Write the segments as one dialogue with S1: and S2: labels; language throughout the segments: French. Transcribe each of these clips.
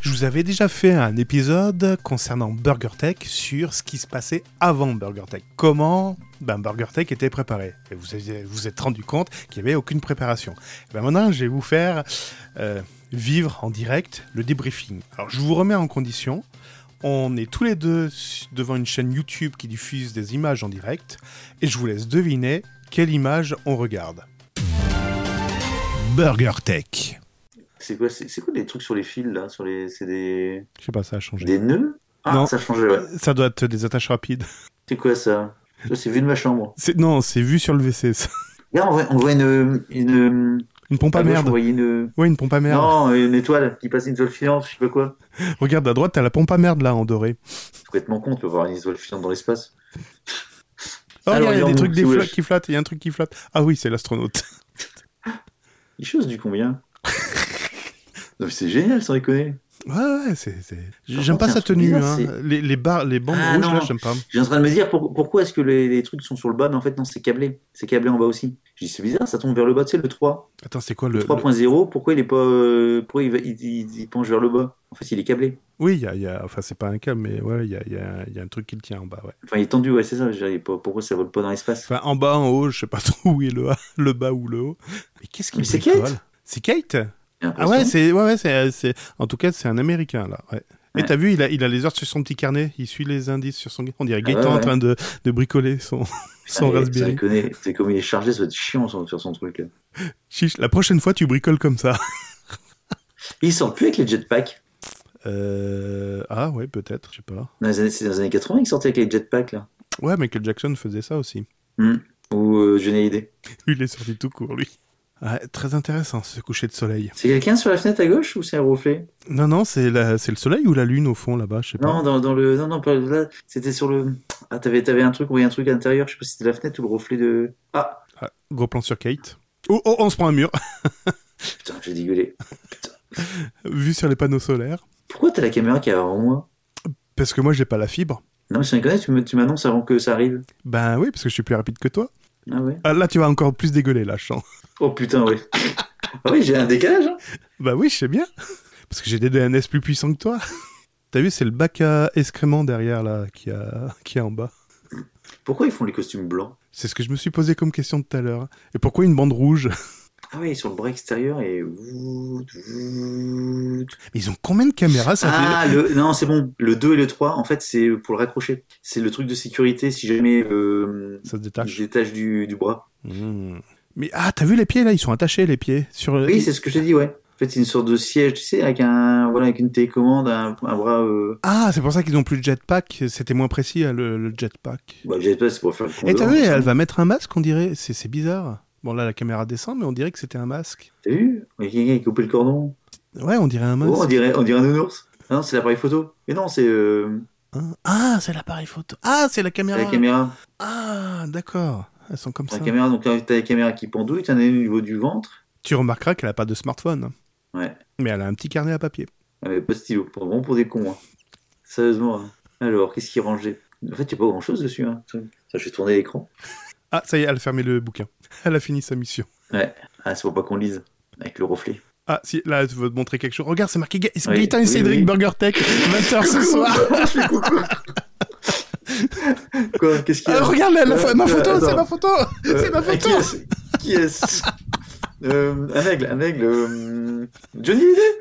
S1: Je vous avais déjà fait un épisode concernant Burger Tech sur ce qui se passait avant Burger Tech. Comment ben, Burger Tech était préparé. Et vous avez- vous êtes rendu compte qu'il n'y avait aucune préparation. Et ben, maintenant, je vais vous faire euh, vivre en direct le débriefing. Alors, je vous remets en condition. On est tous les deux su- devant une chaîne YouTube qui diffuse des images en direct. Et je vous laisse deviner quelle image on regarde. Burger Tech.
S2: C'est quoi, c'est c'est quoi des trucs sur les fils là sur les, C'est des...
S1: Je sais pas, ça a changé.
S2: des nœuds Ah,
S1: Non.
S2: ça a changé, ouais.
S1: Ça doit être des attaches rapides.
S2: C'est quoi ça Ça, c'est vu de ma chambre.
S1: C'est- Non, c'est vu sur le WC. ça.
S2: Là, on voit, on voit une. une... ah
S1: Une pompe
S2: à
S1: à
S2: gauche,
S1: merde.
S2: On voyait une...
S1: Ouais, une pompe à merde.
S2: Non, une étoile qui passe une étoile filante, je sais pas quoi.
S1: Regarde, à droite, t'as la pompe à merde, là, en doré.
S2: C'est complètement con, tu peux voir une étoile filante dans l'espace.
S1: Oh,
S2: Alors,
S1: il y a des
S2: regarde,
S1: trucs
S2: donc,
S1: des
S2: c'est
S1: flottes
S2: wesh.
S1: qui flottent, il y a un truc qui flotte. Ah oui, c'est l'astronaute.
S2: Il chose du combien Non, mais c'est génial, sans déconner.
S1: Ouais, ouais, c'est... c'est-
S2: Par
S1: J'aime
S2: contre,
S1: pas
S2: c'est un
S1: sa
S2: truc
S1: tenue,
S2: bizarre,
S1: hein.
S2: c'est-
S1: Les, les, barres, les bandes
S2: Ah,
S1: rouges,
S2: non.
S1: là, j'aime pas.
S2: J'étais en train de me dire pour- pourquoi est-ce que les, les trucs sont sur le bas, mais en fait, non, c'est câblé. C'est câblé en bas aussi. J'ai dit, c'est bizarre, ça tombe vers le bas, tu sais, le 3.
S1: Attends, c'est quoi le... le-
S2: 3.0, pourquoi il est pas. euh, pourquoi il, va- il- il- il penche vers le bas En fait, il est câblé.
S1: Oui, il y a, il y a- Enfin, c'est pas un câble, mais ouais, il y a, il y a- il y a un truc qui le tient en bas, ouais.
S2: Enfin, il est tendu, ouais, c'est ça. j'arrive pas- Pourquoi ça vole pas dans l'espace
S1: Enfin, en bas, en haut, je sais pas trop où est le, A, le bas ou le haut. Mais qu'est-ce qu'il
S2: Mais c'est
S1: bricole
S2: Kate
S1: C'est Kate
S2: J'ai l'impression.
S1: Ah ouais, c'est... Ouais, ouais, c'est... c'est- En tout cas, c'est un Américain, là, ouais. Et
S2: Ouais.
S1: t'as vu, il a, il a les heures sur son petit carnet, il suit les indices sur son... On dirait
S2: Ah ouais,
S1: Gaëtan en
S2: ouais.
S1: train de, de bricoler son, son
S2: Allez,
S1: Raspberry.
S2: sans déconner, C'est comme il est chargé, ça va être chiant son- sur son truc. là.
S1: Chiche, la prochaine fois, tu bricoles comme ça.
S2: Il sort plus avec les jetpacks.
S1: Euh... Ah ouais, peut-être, je sais pas.
S2: Dans les années- C'est dans les années 80 qu'il sortait avec les jetpacks, là.
S1: Ouais, Michael Jackson faisait ça aussi.
S2: Ou euh, je n'ai idée.
S1: Lui, il est sorti tout court, lui. Ouais, très intéressant, ce coucher de soleil.
S2: C'est quelqu'un sur la fenêtre à gauche ou c'est un reflet
S1: Non, non, c'est la... c'est le soleil ou la lune, au fond, là-bas, je sais pas.
S2: Non, dans, dans le. Non, non, pas là. C'était sur le. Ah, t'avais t'avais un truc où il y a un truc à l'intérieur, je sais pas si c'était la fenêtre ou le reflet de. Ah
S1: Ah, gros plan sur Kate. Oh, oh, on se prend un mur.
S2: Putain, j'ai dégueulé.
S1: Vu sur les panneaux solaires.
S2: Pourquoi t'as la caméra qui est avant moi
S1: Parce que moi, j'ai pas la fibre.
S2: Non, mais sans déconner, tu me- tu m'annonces avant que ça arrive.
S1: Ben oui, parce que je suis plus rapide que toi.
S2: Ah ouais
S1: Ah, là, tu vas encore plus dégueuler, là, je sens.
S2: Oh putain, oui. ah oui, j'ai un décalage. Hein.
S1: Bah oui, je sais bien. Parce que j'ai des DNS plus puissants que toi. T'as vu, c'est le bac à excréments derrière, là, qui a, qui a en bas.
S2: Pourquoi ils font les costumes blancs
S1: C'est ce que je me suis posé comme question tout à l'heure. Et pourquoi une bande rouge
S2: Ah oui, sur le bras extérieur et. voûte, voûte.
S1: Mais Ils ont combien de caméras ça fait...
S2: Ah, le... non, c'est bon. Le 2 et le 3, en fait, c'est pour le raccrocher. C'est le truc de sécurité si jamais euh,
S1: Ça se
S2: il
S1: détache.
S2: se détache du, du bras.
S1: Hmm. Mais ah, t'as vu les pieds là Ils sont attachés les pieds sur.
S2: Mmh. Oui, c'est ce que je t'ai dit, ouais. En fait, c'est une sorte de siège, tu sais, avec, un, voilà, avec une télécommande, un, un bras. Euh...
S1: Ah, c'est pour ça qu'ils ont plus de jetpack. C'était moins précis hein, le, le jetpack.
S2: Bah, je sais pas, c'est pour faire le
S1: Et t'as
S2: condor,
S1: vu
S2: ça.
S1: Elle va mettre un masque, on dirait. C'est c'est bizarre. Bon là, la caméra descend, mais on dirait que c'était un masque.
S2: T'as vu Il y a quelqu'un qui a coupé le cordon.
S1: Ouais, on dirait un
S2: Oh, on,
S1: masque.
S2: dirait, on dirait un nounours. Ah non, c'est l'appareil photo. Mais non, c'est euh,
S1: Hein ah, c'est l'appareil photo. Ah, c'est la caméra.
S2: la caméra.
S1: Ah, d'accord. Elles sont comme
S2: T'as
S1: ça.
S2: la caméra, donc t'as t'as la caméra qui pendouille, t'en as une au niveau du ventre.
S1: Tu remarqueras qu'elle a pas de smartphone. hein.
S2: Ouais.
S1: Mais elle a un petit carnet à papier.
S2: Ah, mais pas de stylo, pour, bon pour des cons. hein. Sérieusement. hein. Alors, qu'est-ce qui est rangé En fait, y a pas grand chose dessus. Hein. Ça, je vais tourner l'écran.
S1: Ah, ça y est, elle a fermé le bouquin. Elle a fini sa mission.
S2: Ah, c'est pour pas qu'on lise. Avec le reflet.
S1: Ah, si, là, tu veux te montrer quelque chose. Regarde, c'est marqué Ga- c'est
S2: Oui,
S1: Gaëtan et
S2: oui,
S1: Cédric
S2: oui.
S1: Burger Tech, 20h Ah, ce soir.
S2: Quoi Qu'est-ce qu'il y
S1: Ah,
S2: a
S1: regarde, la- la-
S2: Euh,
S1: ma
S2: euh,
S1: photo, c'est
S2: attends.
S1: ma photo.
S2: Euh,
S1: c'est ma
S2: ah,
S1: photo.
S2: Qui est-ce Qui est-ce Euh, Un aigle, un aigle. euh, Johnny Hallyday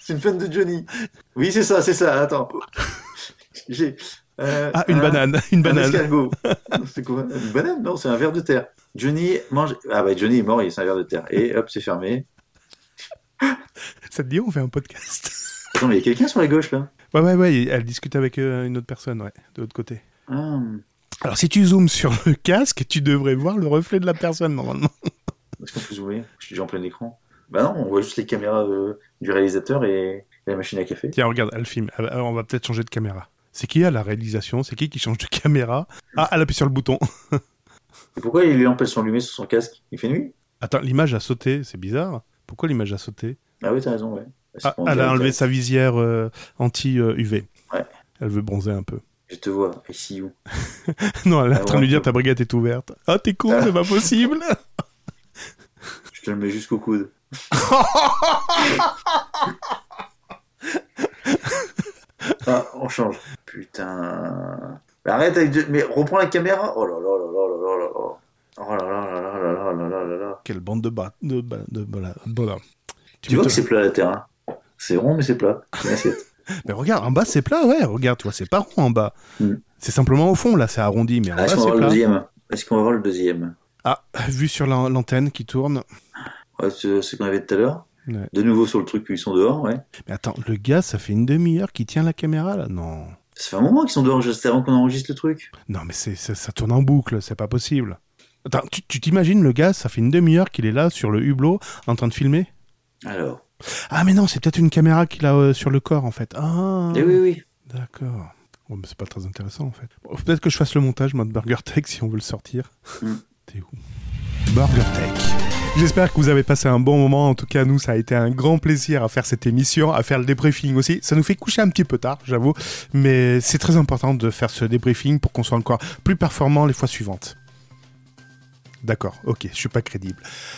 S2: C'est une fan de Johnny. Oui, c'est ça, c'est ça. Attends. J'ai. euh,
S1: Ah, une
S2: un-
S1: banane, une
S2: Un
S1: banane.
S2: escargot. c'est quoi Une banane Non, c'est un verre de terre. Johnny mange. Ah bah Johnny est mort, il c'est un verre de terre. Et hop, c'est fermé.
S1: Ça te dit, on fait un podcast
S2: Attends, mais il y a quelqu'un sur la gauche là.
S1: Ouais, ouais, ouais, elle discute avec euh, une autre personne, ouais, de l'autre côté.
S2: Ah,
S1: Alors, si tu zoomes sur le casque, tu devrais voir le reflet de la personne, normalement.
S2: est-ce qu'on peut zoomer Je suis déjà en plein écran. Bah non, on voit juste les caméras euh, du réalisateur et la machine à café.
S1: Tiens, regarde, elle filme. Ah, Alors, on va peut-être changer de caméra. C'est qui à la réalisation C'est qui qui change de caméra Ah, elle appuie sur le bouton.
S2: Et pourquoi les lampes elles sont allumées sur son casque Il fait nuit
S1: Attends, l'image a sauté, c'est bizarre. Pourquoi l'image a sauté
S2: Ah oui, t'as raison, ouais. C'est
S1: Ah,
S2: pour
S1: elle
S2: dire,
S1: a enlevé
S2: ok,
S1: sa visière anti-UV.
S2: Ouais.
S1: Elle veut bronzer un peu.
S2: Je te vois, I see you.
S1: Non, elle est
S2: Ah,
S1: en train de lui
S2: ouais.
S1: dire ta brigade est ouverte. Ah, t'es con, c'est pas possible.
S2: Je te le mets jusqu'au coude. Ah, on change. Putain. Mais arrête avec. Johnny- Mais reprends la caméra. Oh là là là là là là là là. Oh là là là là là là là là là là.
S1: Quelle bande de bas. De, ba- de, bala- bala.
S2: Tu,
S1: m'étonnes.
S2: vois que c'est plat la terre. hein c'est rond, mais c'est plat. C'est une assiette.
S1: Mais regarde, en bas c'est plat, ouais, regarde, tu vois, c'est pas rond en bas.
S2: Mm.
S1: C'est simplement au fond, là, c'est arrondi, mais en
S2: Ah,
S1: bas
S2: Est-ce qu'on
S1: c'est
S2: va voir le
S1: plat.
S2: deuxième Est-ce qu'on va voir le deuxième
S1: Ah, vu sur l'an- l'antenne qui tourne.
S2: Ouais, C'est ce qu'on avait tout à l'heure.
S1: Ouais.
S2: De nouveau sur le truc, où ils sont dehors, ouais.
S1: Mais attends, le gars, ça fait une demi-heure qu'il tient la caméra, là Non.
S2: Ça fait un moment qu'ils sont dehors, juste avant qu'on enregistre le truc.
S1: Non, mais c'est, c'est- ça tourne en boucle, c'est pas possible. Attends, tu, tu t'imagines le gars, ça fait une demi-heure qu'il est là sur le hublot en train de filmer
S2: Alors.
S1: Ah, mais non, c'est peut-être une caméra qu'il a euh, sur le corps en fait. Ah,
S2: Eh oui, oui.
S1: d'accord. Bon, mais c'est pas très intéressant en fait. Bon, peut-être que je fasse le montage, moi, de Burger Tech si on veut le sortir.
S2: Mm.
S1: T'es où Burger Tech. J'espère que vous avez passé un bon moment. En tout cas, nous, ça a été un grand plaisir à faire cette émission, à faire le débriefing aussi. Ça nous fait coucher un petit peu tard, j'avoue, mais c'est très important de faire ce débriefing pour qu'on soit encore plus performant les fois suivantes. D'accord, ok, je suis pas crédible.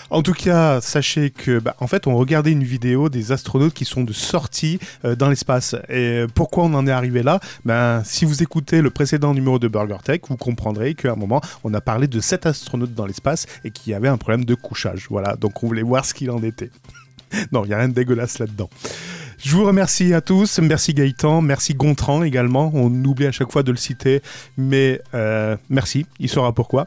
S1: En tout cas, sachez que, bah, en fait, on regardait une vidéo des astronautes qui sont de sortie euh, dans l'espace. Et euh, pourquoi on en est arrivé là ben, Si vous écoutez le précédent numéro de Burger Tech, vous comprendrez qu'à un moment, on a parlé de sept astronautes dans l'espace et qu'il y avait un problème de couchage. Voilà, donc on voulait voir ce qu'il en était. non, il n'y a rien de dégueulasse là-dedans. Je vous remercie à tous. Merci Gaëtan, merci Gontran également. On oublie à chaque fois de le citer, mais euh, merci, il saura pourquoi.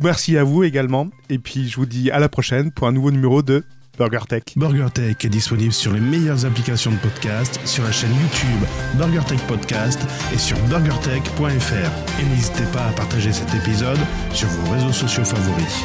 S1: Merci à vous également. Et puis je vous dis à la prochaine pour un nouveau numéro de Burger Tech.
S3: BurgerTech est disponible sur les meilleures applications de podcast, sur la chaîne YouTube BurgerTech Podcast et sur burgertech.fr. Et n'hésitez pas à partager cet épisode sur vos réseaux sociaux favoris.